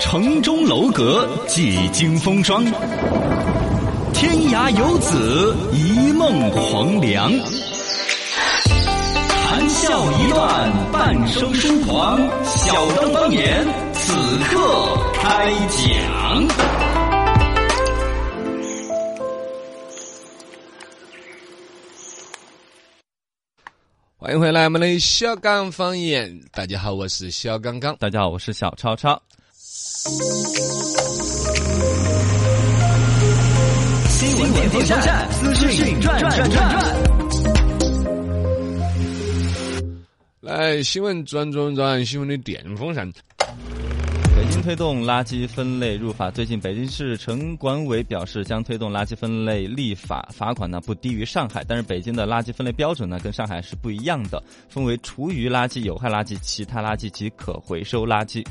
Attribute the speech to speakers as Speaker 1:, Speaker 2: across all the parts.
Speaker 1: 城中楼阁几经风霜，天涯游子一梦黄粱。谈笑一段半生疏狂，小灯当年此刻开讲。
Speaker 2: 欢迎回来，我们的小港方言。大家好，我是小刚刚。
Speaker 3: 大家好，我是小超超。
Speaker 1: 新闻联播站，资讯转转转。
Speaker 2: 来，新闻转转转，新闻的电风扇。
Speaker 3: 北京推动垃圾分类入法，最近北京市城管委表示将推动垃圾分类立法，罚款呢不低于上海，但是北京的垃圾分类标准呢跟上海是不一样的，分为厨余垃圾、有害垃圾、其他垃圾及可回收垃圾。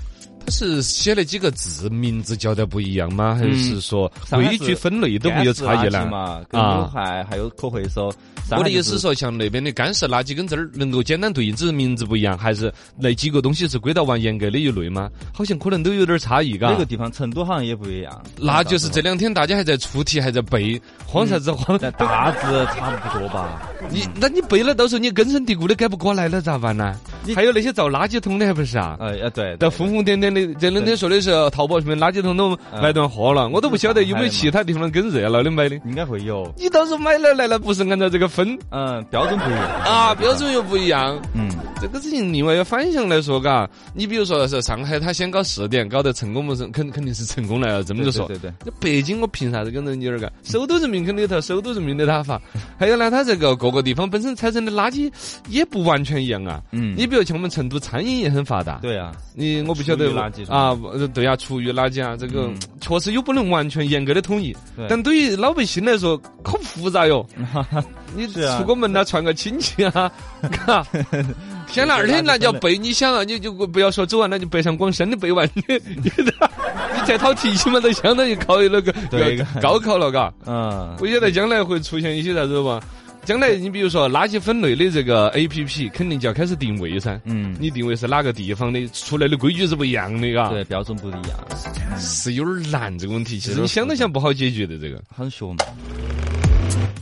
Speaker 2: 它是写了几个字，名字叫的不一样吗？还是说
Speaker 3: 嗯上海
Speaker 2: 规
Speaker 3: 是
Speaker 2: 矩分类都没有差异
Speaker 3: 干式垃圾
Speaker 2: 呢？
Speaker 3: 嘛，跟有害还有可回收。
Speaker 2: 啊我
Speaker 3: 上海
Speaker 2: 的
Speaker 3: 就
Speaker 2: 意思是说，像那边的干式垃圾跟这儿能够简单对应，只是名字不一样，还是那几个东西是归到完严格的一类吗？好像可能都有点差异，嘎。
Speaker 3: 那个地方，成都好像也不一样。
Speaker 2: 那就是这两天大家还在出题，还在背，慌啥子慌？
Speaker 3: 在大致差不多吧。
Speaker 2: 你那你背了，到时候你根深蒂固的改不过来了咋办呢？还有那些造垃圾桶的还不是啊？
Speaker 3: 呃，呃对，
Speaker 2: 在
Speaker 3: 对
Speaker 2: 疯疯癫癫的，这两天说的是淘宝上面垃圾桶都买断货了，我都不晓啊得有没有其他地方更热闹的买的。
Speaker 3: 应该会有。
Speaker 2: 你到时候买了来了，不是按照这个分
Speaker 3: 嗯，标准不一样。
Speaker 2: 啊，标准又不一样。
Speaker 3: 嗯，
Speaker 2: 这个事情另外一个反向来说，嘎，你比如说是上海，他先搞试点，搞得成功不成，肯肯定是成功了，这么就说。
Speaker 3: 对对对。
Speaker 2: 那北京我凭啥子跟人家那儿干？首都人民肯定有条首都人民的打法，还有呢，它这个各个地方本身产生的垃圾也不完全一样啊。
Speaker 3: 嗯
Speaker 2: 你比如像我们成都餐饮也很发达，，
Speaker 3: 对啊，
Speaker 2: 你我不晓得
Speaker 3: 厨余垃圾是吧
Speaker 2: 啊，呃对啊，厨余垃圾啊，这个
Speaker 3: 嗯
Speaker 2: 确实又不能完全严格的统一
Speaker 3: 对，
Speaker 2: 但对于老百姓来说好复杂 哟。你
Speaker 3: 是啊
Speaker 2: 出个门呐，串个亲戚 啊，嘎。先那二天那叫背，你想啊，你就不要说走啊，那就背上广深的背完， 你你再讨题型嘛，都相当于考那个
Speaker 3: 对
Speaker 2: 要高考了，嘎。
Speaker 3: 嗯，
Speaker 2: 我觉得将来会出现一些啥子吧？将来你比如说垃圾分类的这个 A P P，肯定就要开始定位噻。
Speaker 3: 嗯，
Speaker 2: 你定位是哪个地方的，出来的规矩是不一样的，嘎。
Speaker 3: 对，标准不一样，
Speaker 2: 是有点难这个问题，其实
Speaker 3: 有点
Speaker 2: 你想都想不好解决的这个。
Speaker 3: 很学嘛。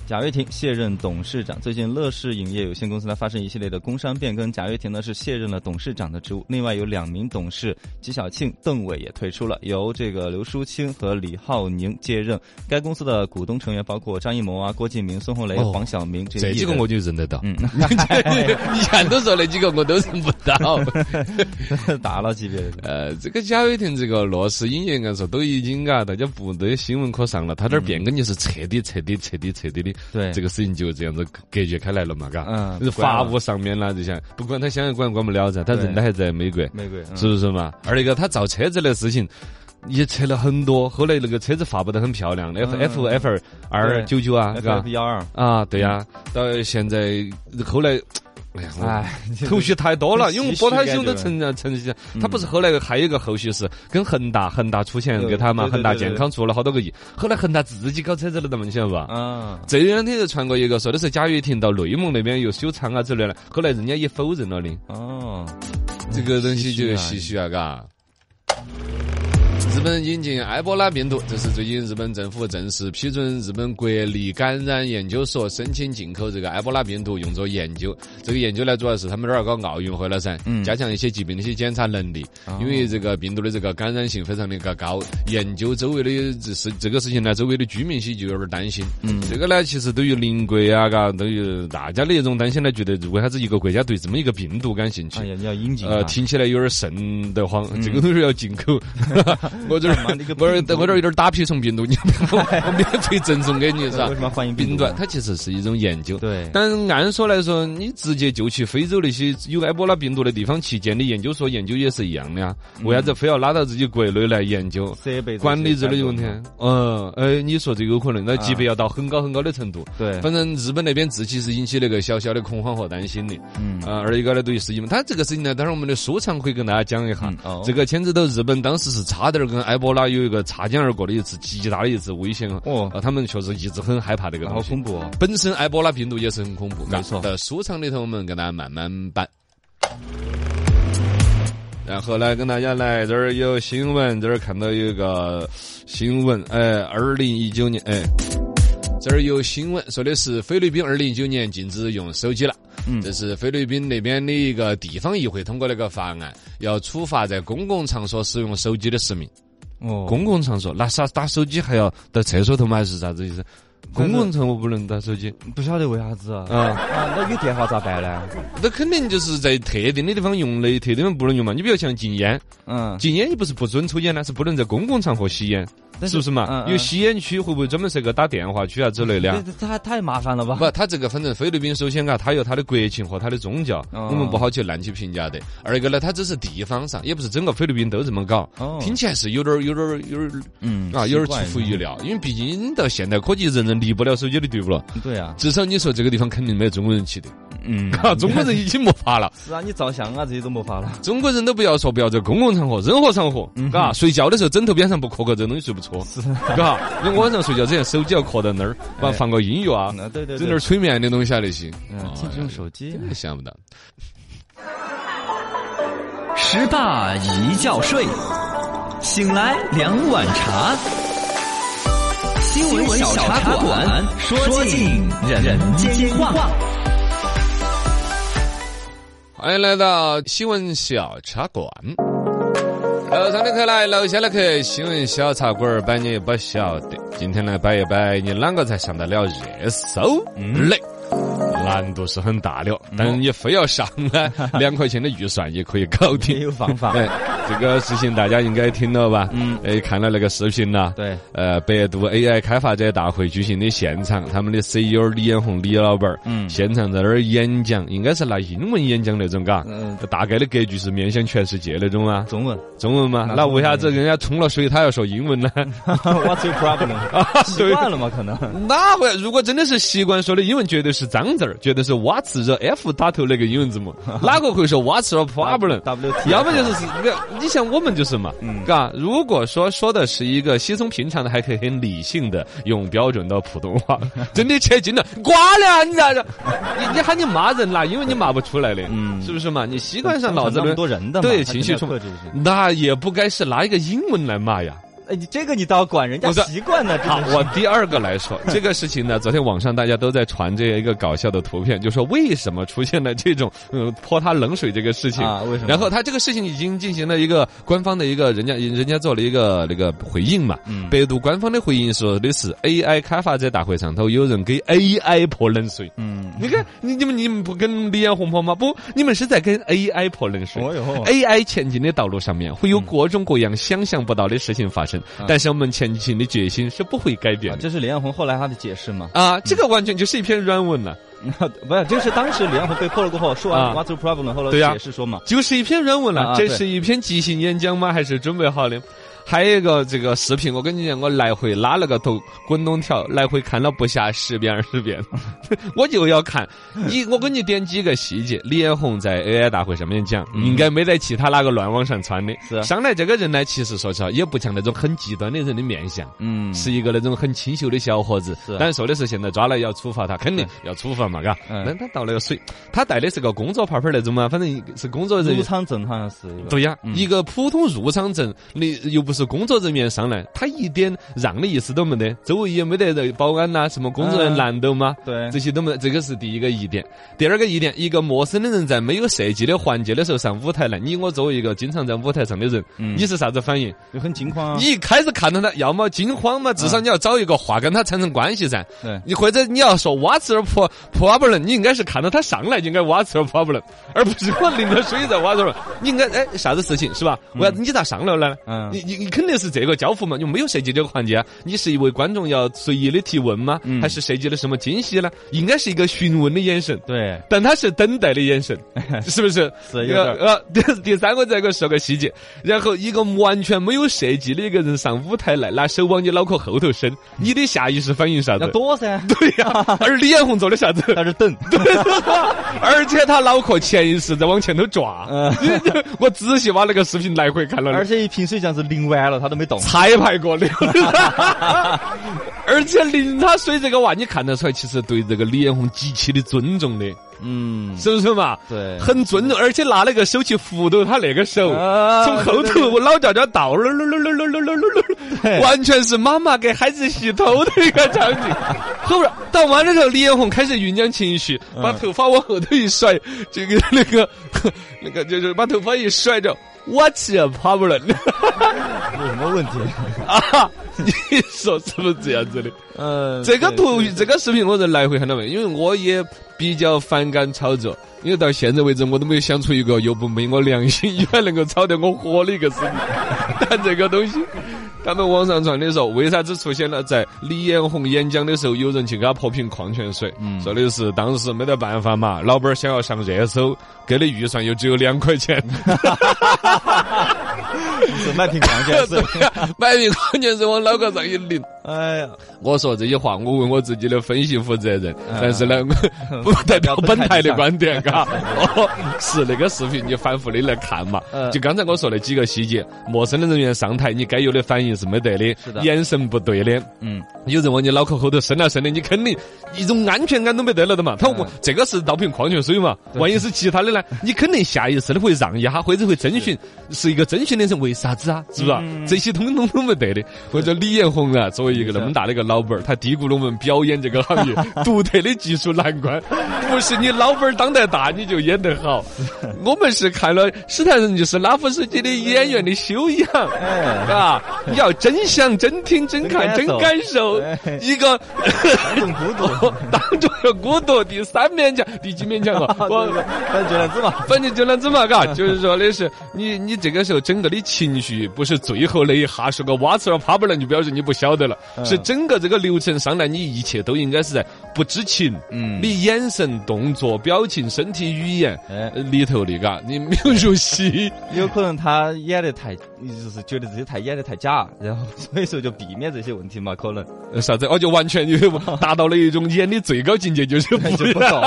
Speaker 3: 贾跃亭卸任董事长。最近，乐视影业有限公司呢发生一系列的工商变更，贾跃亭呢是卸任了董事长的职务。另外有两名董事纪晓庆、邓伟也退出了，由这个刘淑清和李浩宁接任。该公司的股东成员包括张艺谋啊、郭敬明、孙红雷、
Speaker 2: 哦
Speaker 3: 黄晓明这
Speaker 2: 这
Speaker 3: 些
Speaker 2: 几个
Speaker 3: 艺人
Speaker 2: 我就认得到，
Speaker 3: 嗯
Speaker 2: 以前都说那几个我都认不到。
Speaker 3: 打了级别的。
Speaker 2: 呃，这个贾跃亭这个乐视影业，按说都已经啊，大家不得新闻可上了，他这儿变更就是彻底、彻底、彻底、彻底的，
Speaker 3: 对
Speaker 2: 这个事情就这样子隔绝开来了嘛，嘎，
Speaker 3: 嗯
Speaker 2: 就是
Speaker 3: 不管
Speaker 2: 法
Speaker 3: 了
Speaker 2: 务上面啦这些，不管他想要管管不了噻，他
Speaker 3: 对
Speaker 2: 人他还在美国，
Speaker 3: 玫瑰，嗯
Speaker 2: 是不是嘛？而那个他造车子的事情。也扯了很多，后来那个车子发布得很漂亮，F
Speaker 3: 嗯
Speaker 2: F F 二九九啊，嘎
Speaker 3: FF 幺二，
Speaker 2: 啊，对呀、到现在后来，哎呀，我
Speaker 3: 哎，
Speaker 2: 头绪太多了，
Speaker 3: 这
Speaker 2: 因为
Speaker 3: 唏嘘
Speaker 2: 波涛汹都
Speaker 3: 感觉
Speaker 2: 成了成了，
Speaker 3: 嗯
Speaker 2: 他不是后来还有一个后续是跟恒大，恒大出钱
Speaker 3: 对
Speaker 2: 给他嘛，
Speaker 3: 对对
Speaker 2: 恒大
Speaker 3: 对对
Speaker 2: 健康出了好多个亿，后来恒大自己搞车子了的嘛，你晓得吧？
Speaker 3: 啊，
Speaker 2: 这两天就传过一个，说的是贾跃亭到内蒙那边又修厂啊之类的，后来人家也否认了的，
Speaker 3: 哦，
Speaker 2: 这个东西就
Speaker 3: 唏
Speaker 2: 唏嘘啊，嘎。日本引进埃博拉病毒，这是最近日本政府正式批准日本国立感染研究所申请进口这个埃博拉病毒用作研究。这个研究呢，主要是他们这儿搞奥运会了噻，
Speaker 3: 嗯
Speaker 2: 加强一些疾病的一些检查能力，因为这个病毒的这个感染性非常的个高，研究周围的这是这个事情呢，周围的居民些就有点担心。
Speaker 3: 嗯
Speaker 2: 这个呢，其实对于邻国啊，嘎，对于大家的一种担心呢，觉得为啥子一个国家对这么一个病毒感兴趣
Speaker 3: 哎？呀，你要引进
Speaker 2: 呃，
Speaker 3: 啊嗯
Speaker 2: 听起来有点瘆得慌，这个东西要进 口，我这儿
Speaker 3: 妈那个
Speaker 2: 我这儿
Speaker 3: 病毒
Speaker 2: 我这儿有点打砒霜病毒，你 我免费赠送给你是吧
Speaker 3: 为？什么要欢迎
Speaker 2: 病
Speaker 3: 毒
Speaker 2: 毒？它其实是一种研究。
Speaker 3: 对，
Speaker 2: 但按说来说，你直接就去非洲那些有埃博拉病毒的地方去建立研究所研究也是一样的啊，
Speaker 3: 嗯
Speaker 2: 为啥子非要拉到自己国内来研究？
Speaker 3: 设备
Speaker 2: 管理之类的问题，嗯，哎，你说这个有可能，那级别
Speaker 3: 啊
Speaker 2: 要到很高很高的程度。
Speaker 3: 对，
Speaker 2: 反正日本那边自己是引起那个小小的恐慌和担心的。
Speaker 3: 嗯
Speaker 2: 啊，而一个呢，对于事情嘛，他这个事情呢，当然我们的舒畅可以跟大家讲一下
Speaker 3: 嗯。哦
Speaker 2: 这个牵扯到日本当时是差点儿跟埃博拉有一个擦肩而过的一次极大的一次危险啊！
Speaker 3: 哦
Speaker 2: 啊，他们确实一直很害怕这个
Speaker 3: 好
Speaker 2: 东西。
Speaker 3: 恐怖哦，
Speaker 2: 本身埃博拉病毒也是很恐怖，
Speaker 3: 没错
Speaker 2: 在舒畅里头我们跟大家慢慢摆。然后呢，跟大家来这儿有新闻，这儿看到有一个新闻，哎，二零一九年，哎。这儿有新闻说的是菲律宾二零一九年禁止用手机了，
Speaker 3: 嗯
Speaker 2: 这是菲律宾那边的一个地方议会通过了一个法案，要处罚在公共场所使用手机的市民。
Speaker 3: 哦，
Speaker 2: 公共场所，那啥打手机还要到厕所头吗？还是啥子意思？公共场所不能打手机
Speaker 3: 不晓得为啥子啊？
Speaker 2: 啊，
Speaker 3: 啊，那有电话咋办呢？
Speaker 2: 那肯定就是在特定的地方用的，特定地方不能用嘛。你比如像禁烟，
Speaker 3: 嗯，
Speaker 2: 禁烟你不是不准抽烟呢，是不能在公共场合吸烟，
Speaker 3: 但
Speaker 2: 是不是嘛？
Speaker 3: 嗯嗯
Speaker 2: 有吸烟区，会不会专门设个打电话区啊之类的啊？
Speaker 3: 这这太太麻烦了吧？
Speaker 2: 不，他这个反正菲律宾首先啊，他有他的国情和他的宗教，
Speaker 3: 哦
Speaker 2: 我们不好去乱去评价的。二一个呢，他只是地方上，也不是整个菲律宾都这么搞，
Speaker 3: 哦
Speaker 2: 听起来是有点儿有点儿有点儿
Speaker 3: 嗯
Speaker 2: 啊，有点
Speaker 3: 奇怪
Speaker 2: 儿出乎意料。因为毕竟到现代科技，人人离不了手机的队伍了。
Speaker 3: 对啊，
Speaker 2: 至少你说这个地方肯定没有中国人去的，
Speaker 3: 嗯，
Speaker 2: 啊，中国人已经没法了，
Speaker 3: 是啊，你照相啊这些都没法了。
Speaker 2: 中国人都不要说不要在公共场合，任何场合，
Speaker 3: 嗯
Speaker 2: 嘎，睡觉的时候枕头边上不磕个这个东西睡不着，嘎，你晚上睡觉之前手机要磕到那儿，完
Speaker 3: 哎
Speaker 2: 放个音乐啊，
Speaker 3: 嗯，对对
Speaker 2: 整点儿
Speaker 3: 对，
Speaker 2: 催眠的东西啊那些，
Speaker 3: 嗯，禁止用手机
Speaker 2: 真。的想不到。
Speaker 1: 十大一觉睡，醒来两碗茶。新闻小茶馆，说尽人间话。
Speaker 2: 欢哎迎来到新闻小茶馆。楼上的客来，楼下的客，新闻小茶馆儿摆你不晓得。今天来摆一摆，你啷个才上得了热搜
Speaker 3: 嗯
Speaker 2: 嘞？难度是很大的，但你非要上呢， 两块钱的预算也可以搞
Speaker 3: 也
Speaker 2: 定。
Speaker 3: 有方法。
Speaker 2: 哎，这个事情大家应该听了吧？
Speaker 3: 啊嗯，
Speaker 2: 哎，看了那个视频啦。
Speaker 3: 对，
Speaker 2: 呃，百度 AI 开发者大会举行的现场，他们的 CEO 李彦宏李老板儿，
Speaker 3: 嗯
Speaker 2: 现场在那儿演讲，应该是拿英文演讲那种，嘎。
Speaker 3: 嗯，
Speaker 2: 大概的格局是面向全世界那种吗？
Speaker 3: 中文。
Speaker 2: 中文吗？
Speaker 3: 那
Speaker 2: 那为啥子人家冲了水，他要说英文
Speaker 3: 嗯
Speaker 2: 呢？
Speaker 3: What's your problem？习惯了吗？可能。
Speaker 2: 哪会？如果真的是习惯说的英文，绝对是脏字儿，绝对是 what's the f 打头那个英文字 母，哪个会说 what's the problem？
Speaker 3: W T，
Speaker 2: 要么就是是那，你像我们就是嘛，
Speaker 3: 嗯
Speaker 2: 嘎。如果说说的是一个稀松平常的，还可以很理性的用标准的普通 话，真的扯筋了，瓜了，你咋着？你你喊你骂人啦，因为你骂不出来的，
Speaker 3: 嗯
Speaker 2: 是不是嘛？你习惯上脑子
Speaker 3: 那
Speaker 2: 里
Speaker 3: 么多人的嘛，
Speaker 2: 对
Speaker 3: 他
Speaker 2: 情绪
Speaker 3: 肯定
Speaker 2: 冲
Speaker 3: 要克制一些。
Speaker 2: 那也不该是拿一个英文来骂呀。
Speaker 3: 哎，你这个你倒管人家
Speaker 2: 不是
Speaker 3: 习惯呢，真
Speaker 2: 好
Speaker 3: 的，是
Speaker 2: 我第二个来说这个事情呢，昨天网上大家都在传这一个搞笑的图片，就说为什么出现了这种嗯泼他冷水这个事情
Speaker 3: 啊为什么
Speaker 2: 然后他这个事情已经进行了一个官方的一个人家人家做了一个那个回应嘛。
Speaker 3: 嗯
Speaker 2: 百度官方的回应说的是 AI 开发者大会上头有人给 AI 泼冷水。
Speaker 3: 嗯，
Speaker 2: 你看，你你们你们不跟李彦宏泼吗？不，你们是在跟 AI 泼冷水。
Speaker 3: 哦哟
Speaker 2: AI 前进的道路上面会
Speaker 3: 嗯
Speaker 2: 有各种各样想象不到的事情发生，但是我们前进的决心是不会改变
Speaker 3: 啊
Speaker 2: 的。
Speaker 3: 这是李彦宏后来啊他的解释嘛？
Speaker 2: 啊，这个完全就是一篇软文了，
Speaker 3: 不是，这是当时李彦宏被破了过后，说完
Speaker 2: 啊
Speaker 3: What's your problem？后来
Speaker 2: 对呀
Speaker 3: 解释说嘛，
Speaker 2: 就是一篇软文
Speaker 3: 啊
Speaker 2: 了
Speaker 3: 啊。
Speaker 2: 这
Speaker 3: 对
Speaker 2: 是一篇即兴演讲吗？还是准备好的？还有一个这个视频，我跟你讲，我来回拉了个头滚动条，来回看了不下十遍二十 遍，我就要看你。我给你点几个细节，李彦宏在 AI 大会上面讲，应该没在其他哪个乱网上传的。
Speaker 3: 嗯是啊
Speaker 2: 上来这个人呢，其实说实话，也不像那种很极端的人的面相。
Speaker 3: 嗯，
Speaker 2: 是一个那种很清秀的小伙子
Speaker 3: 是，啊
Speaker 2: 但说的是现在抓来要处罚他，肯定要处罚嘛，嘎。
Speaker 3: 嗯
Speaker 2: 那他倒了个水，他带的是个工作牌牌那种嘛，反正是工作人
Speaker 3: 入
Speaker 2: 员。
Speaker 3: 仓嗯证好像是一个，
Speaker 2: 对呀，一个普通入场证，你又不是工作人员上来，他一点让的意思都没得，周围也没得人保安呐、什么工作人员
Speaker 3: 嗯
Speaker 2: 拦到吗？
Speaker 3: 对
Speaker 2: 这些都没，这个是第一个疑点。第二个疑点，一个陌生的人在没有设计的环节的时候上舞台来，你我作为一个经常在舞台上的人，
Speaker 3: 嗯
Speaker 2: 你是啥子反应？
Speaker 3: 就很惊慌啊
Speaker 2: 你。一开始看到他，要么惊慌嘛，至少你要找一个话跟他产生关系噻。
Speaker 3: 对
Speaker 2: 你或者你要说 what's your pro- problem，你应该是看到他上来就应该 what's your problem，而不是我淋着水在 what's your problem。你应该哎啥子事情是吧？我要你咋上来了呢？
Speaker 3: 嗯
Speaker 2: 你你你肯定是这个交付嘛，就没有设计这个环节啊。你是一位观众要随意的提问吗？还是设计了什么惊喜呢？应该是一个询问的眼神。
Speaker 3: 对，
Speaker 2: 但他是等待的眼 神，是不是？
Speaker 3: 是有点
Speaker 2: 呃
Speaker 3: 儿
Speaker 2: 呃， 第第三个这个说个细节，然后一个完全没有设计的一个人上舞台来，拿手往你脑壳后头伸，你的下意识反应啥
Speaker 3: 嗯要
Speaker 2: 子？
Speaker 3: 躲噻，
Speaker 2: 对呀、 而李彦宏做的啥子？
Speaker 3: 在这等。
Speaker 2: 而且他脑壳潜意识在往前头抓
Speaker 3: 嗯。
Speaker 2: 我仔细把那个视频来回看了
Speaker 3: 而且一瓶水这样子淋完了，他都没动。
Speaker 2: 彩排过 的，而且淋他水这个娃，你看得出来，其实对这个李彦宏极其的尊重的。
Speaker 3: 嗯，
Speaker 2: 是不是嘛？
Speaker 3: 对，
Speaker 2: 很尊重，而且拿那个手去扶着他那个手，
Speaker 3: 啊
Speaker 2: 从后
Speaker 3: 对对
Speaker 2: 头我老叫叫倒噜噜噜噜噜噜噜噜
Speaker 3: 对
Speaker 2: 噜，完全是妈妈给孩子洗头的一个场景。后边到完了之后，李彦宏开始酝酿情绪，把头发往后头一甩，这个那个那个就是把头发一甩着。What's your problem？
Speaker 3: 有什么问题？
Speaker 2: 啊，你说是不是这样子的？
Speaker 3: 呃，
Speaker 2: 这个
Speaker 3: 对
Speaker 2: 图这个视频我在来回看到没？因为我也比较反感炒作，因为到现在为止我都没有想出一个又不昧我良心，又还能够炒得我火的一个视 频。但这个东西，他们网上传的时候，为啥子出现了在李彦宏演讲的时候有人去给他泼瓶矿泉水？
Speaker 3: 嗯
Speaker 2: 说的是当时没得办法嘛，老板儿想要上热搜，给的预算又只有两块 钱，
Speaker 3: 是卖瓶矿泉 水。
Speaker 2: 买瓶矿泉水往脑壳上一淋。
Speaker 3: 哎呀，
Speaker 2: 我说这些话，我为我自己的分析负责任，但是 呢，
Speaker 3: 嗯
Speaker 2: 不代表本台的观点，
Speaker 3: 不代 表
Speaker 2: 嘎。哦，是那个视频你反复的来看嘛
Speaker 3: 嗯？
Speaker 2: 就刚才我说那几个细节，陌生的人员上台，你该有的反应是没得
Speaker 3: 是的
Speaker 2: 的，眼神不对的，
Speaker 3: 嗯，
Speaker 2: 有人往你脑壳后头伸来伸的，你肯定一种安全感都没得了的嘛。他
Speaker 3: 嗯
Speaker 2: 这个是倒瓶矿泉水嘛，
Speaker 3: 对
Speaker 2: 万一是其他 的呢？你肯定下意识的会让一下，或者会征询，是一个征询的人为啥子啊？是吧？
Speaker 3: 嗯
Speaker 2: 这些通通都没得的。或者李彦宏啊，作为一个那么大的一个老板儿，他低估了我们表演这个行业独特的技术难 关。不是你老板儿当得大，你就演得好。我们是看了史泰人就是拉夫斯基的演员的修养。
Speaker 3: 哎，
Speaker 2: 啊！你要真想、真听、真看、
Speaker 3: 真
Speaker 2: 真
Speaker 3: 感
Speaker 2: 感受
Speaker 3: 对，
Speaker 2: 一个
Speaker 3: 很 孤独。
Speaker 2: 当中有孤独，第三面墙，第几面墙 啊？
Speaker 3: 我
Speaker 2: 我
Speaker 3: 但觉得 这么
Speaker 2: 反正就那子嘛，嘎，就是说的是你你这个时候整个的情绪不是最后那一下说个哇呲了啪不了，就表示你不晓得了，
Speaker 3: 嗯
Speaker 2: 是整个这个流程上来，你一切都应该是在不知情，
Speaker 3: 嗯
Speaker 2: 你眼神、动作、表情、身体语言
Speaker 3: 哎
Speaker 2: 呃里头的，嘎，你没有入戏。
Speaker 3: 有可能他演的太，就是觉得自己太演的太假，然后所以说就避免这些问题嘛，可能
Speaker 2: 呃啥子？哦，就完全就达到了一种演的最高境界，就是不
Speaker 3: 就不懂。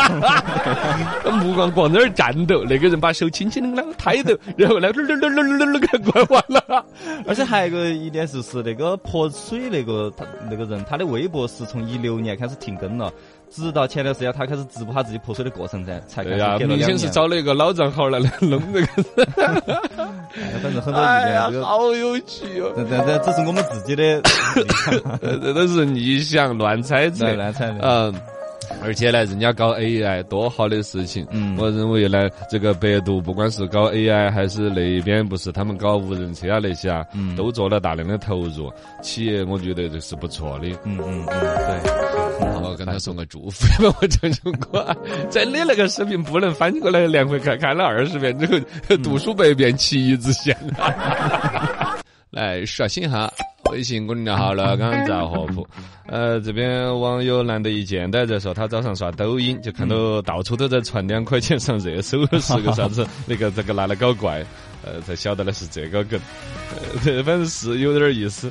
Speaker 2: 目光光在 那儿战斗，那个人把手轻轻的抬头，然后呢，噜噜噜噜噜噜给拐弯了。
Speaker 3: 而且还有一个一点就是那个泼水那个他那个人，他的微博是从一六年开始停更了，直到前段时间他开始直播他自己泼水的过程噻，才开
Speaker 2: 对
Speaker 3: 始
Speaker 2: 哎呀、
Speaker 3: 隔哎了
Speaker 2: 明
Speaker 3: 两
Speaker 2: 显
Speaker 3: 年。
Speaker 2: 是找了一个老账号来来弄这个。
Speaker 3: 哎反正很多意
Speaker 2: 哎
Speaker 3: 见
Speaker 2: 呀
Speaker 3: 这，个。
Speaker 2: 好有趣哦！
Speaker 3: 但但但这是我们自己的
Speaker 2: 呃这都是你想乱猜测
Speaker 3: 来。来猜的，
Speaker 2: 嗯，而且呢，人家搞 AI 多好的事情。
Speaker 3: 嗯
Speaker 2: 我认为呢，这个百度不管是搞 AI 还是那边不是他们搞无人车啊那些啊，
Speaker 3: 嗯
Speaker 2: 都做了大量的投入。企业我觉得这是不错的。
Speaker 3: 嗯嗯嗯，对，很好
Speaker 2: 我跟他送个祝福， 因为我郑重过， 真的那个视频不能翻过来两回看，看了二十遍之后，读书百遍，其义自现。来刷新一下微信公众号“了，刚杂货铺”。 呃，这边网友难得一见，大家在说他早上刷抖音，就看到到处都在传两块钱上热搜，是个啥子？ 那个这个拿来搞怪，呃，才晓得的是这个梗， 呃，反正是有点意思。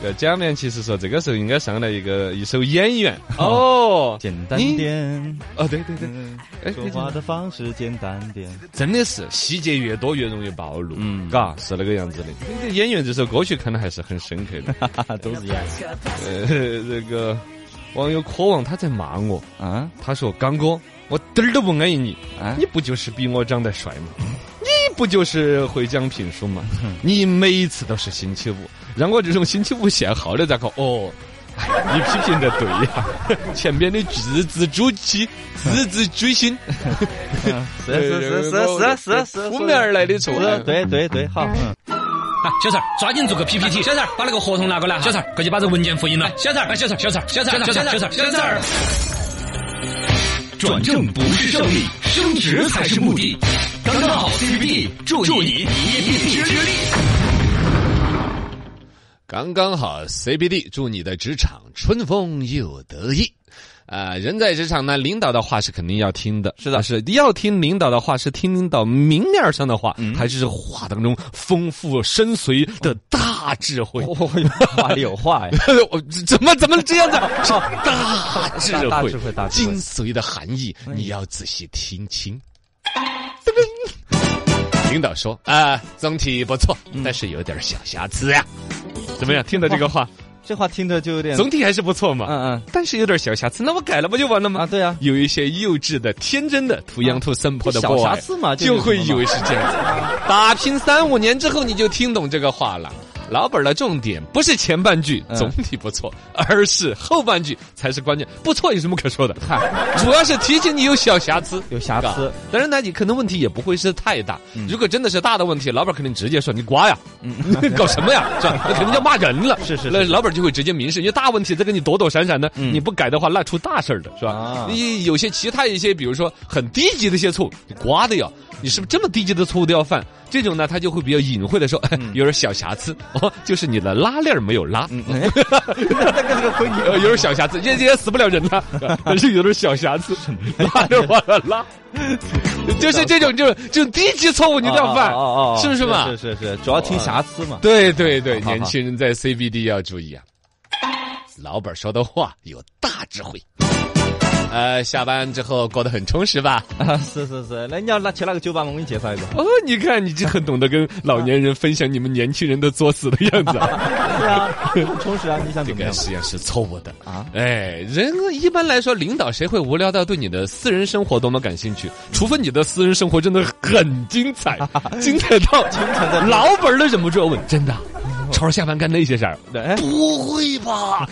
Speaker 2: 这个假面其实说这个时候应该上来一个一首演员哦，
Speaker 3: 简单
Speaker 2: 你
Speaker 3: 点，
Speaker 2: 哦，对对对，
Speaker 3: 嗯
Speaker 2: 哎
Speaker 3: 说话的方式简单点，
Speaker 2: 真的是细节越多越容易暴露，
Speaker 3: 嗯
Speaker 2: 嗯，嘎，是那个样子的。这演员这首歌曲看的还是很深 刻的。
Speaker 3: 哈哈，都是一样
Speaker 2: 呃，这个网友渴望他在骂我，
Speaker 3: 啊
Speaker 2: 他说：“刚哥，我点儿都不安逸你，
Speaker 3: 啊
Speaker 2: 你不就是比我长得帅吗？你不就是会讲评书 吗？你每一次都是星期五，让我这种星期五限号的咋个哦？”哎呀，你批评的对呀， 前边的字字珠玑，字字锥心，
Speaker 3: 是是是是是是是，
Speaker 2: 扑面而来的错哎
Speaker 3: 是，对对对，好，嗯
Speaker 4: 啊，小陈儿，抓紧做个 PPT。小陈儿，把那个合同拿过来哈。小陈儿，过去把这文件复印了。小陈儿，哎，小陈儿，小陈儿，小陈儿，小陈儿，小陈儿，小陈儿。
Speaker 1: 转正不是胜利，升职才是目的。刚刚好 CBD，助你一臂之力。
Speaker 2: 刚刚好 CBD，祝你的职场春风又得意。啊、人在职场呢，领导的话是肯定要听的，是的，是要听领导的话，是听领导明面上的话，
Speaker 3: 嗯
Speaker 2: 还是话当中丰富深邃的大智慧？
Speaker 3: 哦哟，话里有话哎，
Speaker 2: 我怎么怎么这样子？是大智慧，
Speaker 3: 哦大大智慧嗯大智慧
Speaker 2: 精髓的含义，你要仔细听清。领导
Speaker 3: 嗯
Speaker 2: 说：“啊、总体不错，但是有点小瑕疵呀、怎么样？听到这个话，
Speaker 3: 这话听着就有点，
Speaker 2: 总体还是不错嘛。
Speaker 3: 嗯嗯
Speaker 2: 但是有点小瑕疵，那我改了不就完了吗？
Speaker 3: 啊，对啊，
Speaker 2: 有一些幼稚的、天真的、土洋土生婆的
Speaker 3: 小
Speaker 2: 过
Speaker 3: 瑕
Speaker 2: 来，
Speaker 3: 疵嘛，
Speaker 2: 就会以为
Speaker 3: 是
Speaker 2: 是这样子。 打拼三五年之后，你就听懂这个话了。老本儿的重点不是前半句
Speaker 3: 嗯
Speaker 2: 总体不错，而是后半句才是关键。不错有什么可说的？
Speaker 3: 看
Speaker 2: 主要是提醒你有小瑕疵，
Speaker 3: 有瑕疵，
Speaker 2: 当然呢，你可能问题也不会是太大。
Speaker 3: 嗯
Speaker 2: 如果真的是大的问题，老板肯定直接说你瓜呀， 搞什么 呀，是吧？那肯定要骂人了。
Speaker 3: 是是是
Speaker 2: 那老板就会直接明示，因为大问题再跟你躲躲闪闪的，
Speaker 3: 嗯
Speaker 2: 你不改的话，那出大事儿的是吧
Speaker 3: 啊？
Speaker 2: 你有些其他一些，比如说很低级的一些错，误，你瓜的呀。你是不是这么低级的错误都要犯？这种呢，他就会比较隐晦的说，哎有点小瑕疵哦，就是你的拉链儿没有拉，
Speaker 3: 嗯，哎那个那个闺
Speaker 2: 呃，有点小瑕疵，也也死不了人了，但是有点小瑕疵，拉着往了拉，就是这种就是这种低级错误你
Speaker 3: 女
Speaker 2: 都要犯，
Speaker 3: 哦哦，
Speaker 2: 是不是嘛？
Speaker 3: 是是是，主要听瑕疵嘛。
Speaker 2: 对对对，
Speaker 3: 好好好
Speaker 2: 年轻人在 CBD 要注意啊，老板说的话有大智慧。呃，下班之后过得很充实 吧？
Speaker 3: 啊，是是是，那你要那去哪个酒吧嘛？我给你介绍一个。
Speaker 2: 哦，你看你就很懂得跟老年人分享你们年轻人的作死的样子啊。
Speaker 3: 对啊，很充实啊，你想
Speaker 2: 这
Speaker 3: 怎么
Speaker 2: 个
Speaker 3: 样？
Speaker 2: 实验是错误的啊
Speaker 3: 啊！
Speaker 2: 哎，人一般来说，领导谁会无聊到对你的私人生活多么感兴趣？除非你的私人生活真的很精彩，精彩到
Speaker 3: 彩到
Speaker 2: 老本儿都忍不住要问：真的啊？瞅着下班干那些事儿？
Speaker 3: 对，哎
Speaker 2: 不会吧？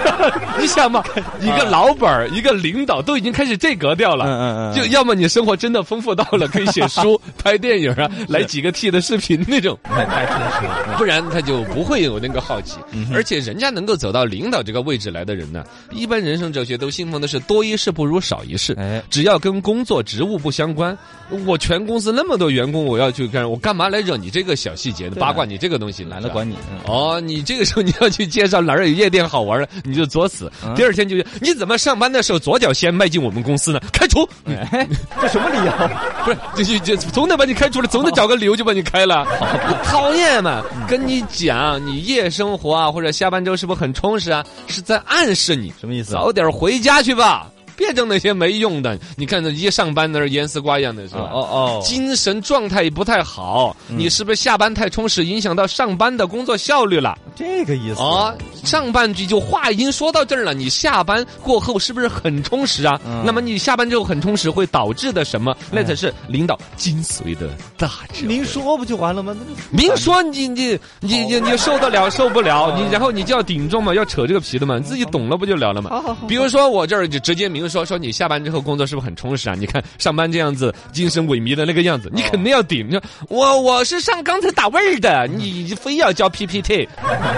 Speaker 2: 你想嘛，一个老板儿，一个领导都已经开始这格调了。
Speaker 3: 嗯嗯嗯嗯
Speaker 2: 就要么你生活真的丰富到了可以写书、 拍电影啊，来几个 T 的视频那 种。
Speaker 3: 太充实了。
Speaker 2: 不然他就不会有那个好奇。
Speaker 3: 嗯
Speaker 2: 而且人家能够走到领导这个位置来的人呢，一般人生哲学都信奉的是多一事不如少一事。
Speaker 3: 哎，
Speaker 2: 只要跟工作职务不相干，我全公司那么多员工，我要去干，我干嘛来惹你这个小细节呢？
Speaker 3: 对啊
Speaker 2: 八卦你这个东西呢
Speaker 3: 懒
Speaker 2: 是
Speaker 3: 得
Speaker 2: 吧
Speaker 3: 管你。嗯
Speaker 2: 哦，你这个时候你要去介绍哪儿有夜店好玩的，你就作死。
Speaker 3: 嗯
Speaker 2: 第二天就你怎么上班的时候左脚先迈进我们公司呢？开除！
Speaker 3: 哎，这什么理由？
Speaker 2: 不是，这这这总得把你开除了，总得找个理由就把你开了，讨厌嘛！
Speaker 3: 嗯
Speaker 2: 跟你讲，你夜生活啊，或者下班之后是不是很充实啊？是在暗示你
Speaker 3: 什么意思？啊
Speaker 2: 早点回家去吧，别整那些没用的。你看这一上班那是严丝瓜一样的是
Speaker 3: 哦
Speaker 2: 吧？
Speaker 3: 哦哦，嗯
Speaker 2: 精神状态也不太好，你是不是下班太充实，影响到上班的工作效率了？
Speaker 3: 这个意思
Speaker 2: 啊，上半句就话已经说到这儿了，你下班过后是不是很充实啊？
Speaker 3: 嗯
Speaker 2: 那么你下班之后很充实，会导致的什么？那才是领导精髓的大智慧。
Speaker 3: 明说不就完了吗？那
Speaker 2: 明说你你你你你受得了受不了，你然后你就要顶撞嘛，要扯这个皮的嘛，你自己懂了不就了了嘛？比如说我这儿就直接明说说你下班之后工作是不是很充实啊？你看上班这样子精神萎靡的那个样子，你肯定要顶。你说我我是上纲才打味儿的，
Speaker 3: 嗯
Speaker 2: 你非要交 PPT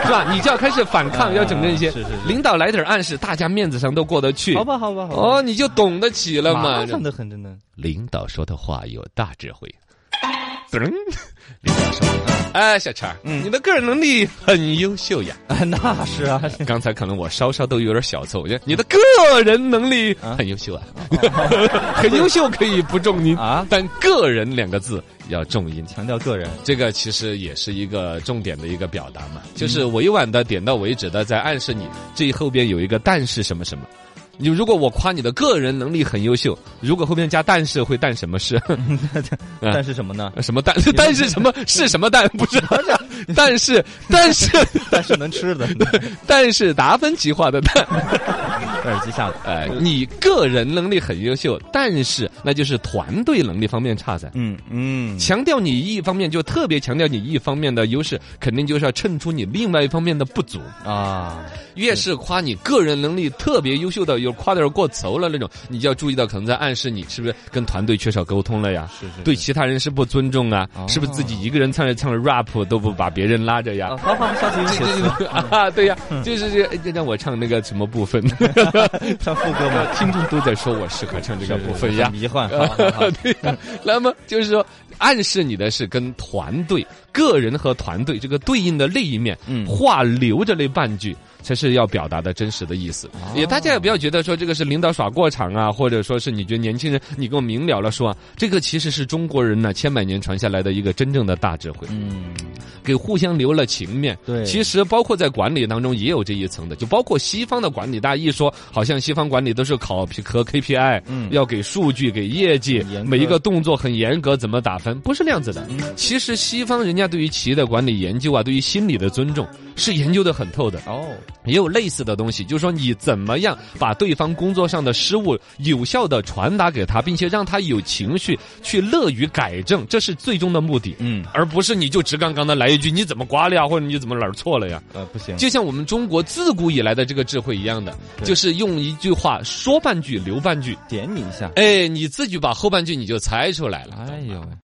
Speaker 2: 是 吧？你就要开始反抗，要整这些
Speaker 3: 是是是
Speaker 2: 领导来点暗示，大家面子上都过得去
Speaker 3: 好。吧好吧好吧。
Speaker 2: 哦，你就懂得起了嘛
Speaker 3: 麻？烦的很，真的。
Speaker 2: 领导说的话有大智慧。噔，领导说：“哎，小陈儿，
Speaker 3: 嗯
Speaker 2: 你的个人能力很优秀呀。
Speaker 3: 啊，那是啊，
Speaker 2: 刚才可能我稍稍都有点小错，我觉得你的个人能力很优嗯 秀啊，哦很优秀可以不重 音
Speaker 3: 啊
Speaker 2: 但‘个人’两个字要重音。
Speaker 3: 强调个人。
Speaker 2: 这个其实也是一个重点的一个表达嘛，就是委婉的点到为止的，在暗示你这后边有一个但是什么什么。你如果我夸你的个人能力很优秀，如果后面加但是会但什么事？
Speaker 3: 但是什么呢？
Speaker 2: 什么蛋？蛋是什么？是什么蛋？不知道。但是，但是，
Speaker 3: 但是能吃的。
Speaker 2: 但是达芬奇画的蛋。
Speaker 3: 耳机下了。
Speaker 2: 哎，你个人能力很优秀，但是那就是团队能力方面差噻。
Speaker 3: 嗯嗯，
Speaker 2: 强调你一方面，就特别强调你一方面的优势，肯定就是要衬出你另外一方面的不足。
Speaker 3: 啊，
Speaker 2: 越是夸你个人能力特别优秀的，有夸的有点过头了那种，你就要注意到，可能在暗示你是不是跟团队缺少沟通了呀？
Speaker 3: 是是是
Speaker 2: 对其他人是不尊重啊？
Speaker 3: 哦
Speaker 2: 是不是自己一个人唱着唱着 rap 都不把别人拉着呀？
Speaker 3: 啊，好好，下次有
Speaker 2: 对
Speaker 3: 写
Speaker 2: 对
Speaker 3: 词，
Speaker 2: 对啊，对呀、就是这个哎让我唱那个什么部分，
Speaker 3: 唱副歌嘛，
Speaker 2: 听众都在说我适合唱这个部分呀
Speaker 3: 很。迷幻，好好好
Speaker 2: 对呀、那么就是说，暗示你的是跟团队、个人和团队这个对应的另一面，
Speaker 3: 嗯
Speaker 2: 话留着那半句。才是要表达的真实的意思，也大家也不要觉得说这个是领导耍过场啊，或者说是你觉得年轻人你跟我明了了说啊，这个其实是中国人呢千百年传下来的一个真正的大智慧。
Speaker 3: 嗯，
Speaker 2: 给互相留了情面。
Speaker 3: 对
Speaker 2: 其实包括在管理当中也有这一层的，就包括西方的管理，大家一说好像西方管理都是考皮和 KPI，
Speaker 3: 嗯
Speaker 2: 要给数据、给业绩
Speaker 3: 很严，格嗯
Speaker 2: 每一个动作很严格，怎么打分？不是那样子的。其实西方人家对于企业的管理研究啊，对于心理的尊重，是研究的很透的。
Speaker 3: 哦，
Speaker 2: 也有类似的东西，就是说你怎么样把对方工作上的失误有效的传达给他，并且让他有情绪去乐于改正，这是最终的目的。
Speaker 3: 嗯，
Speaker 2: 而不是你就直杠杠的来一句你怎么刮了呀，或者你怎么哪儿错了呀？
Speaker 3: 呃，不行，
Speaker 2: 就像我们中国自古以来的这个智慧一样的，
Speaker 3: 对
Speaker 2: 就是用一句话说半句留半句。
Speaker 3: 点你一下。
Speaker 2: 哎，你自己把后半句你就猜出来了。
Speaker 3: 哎呦喂！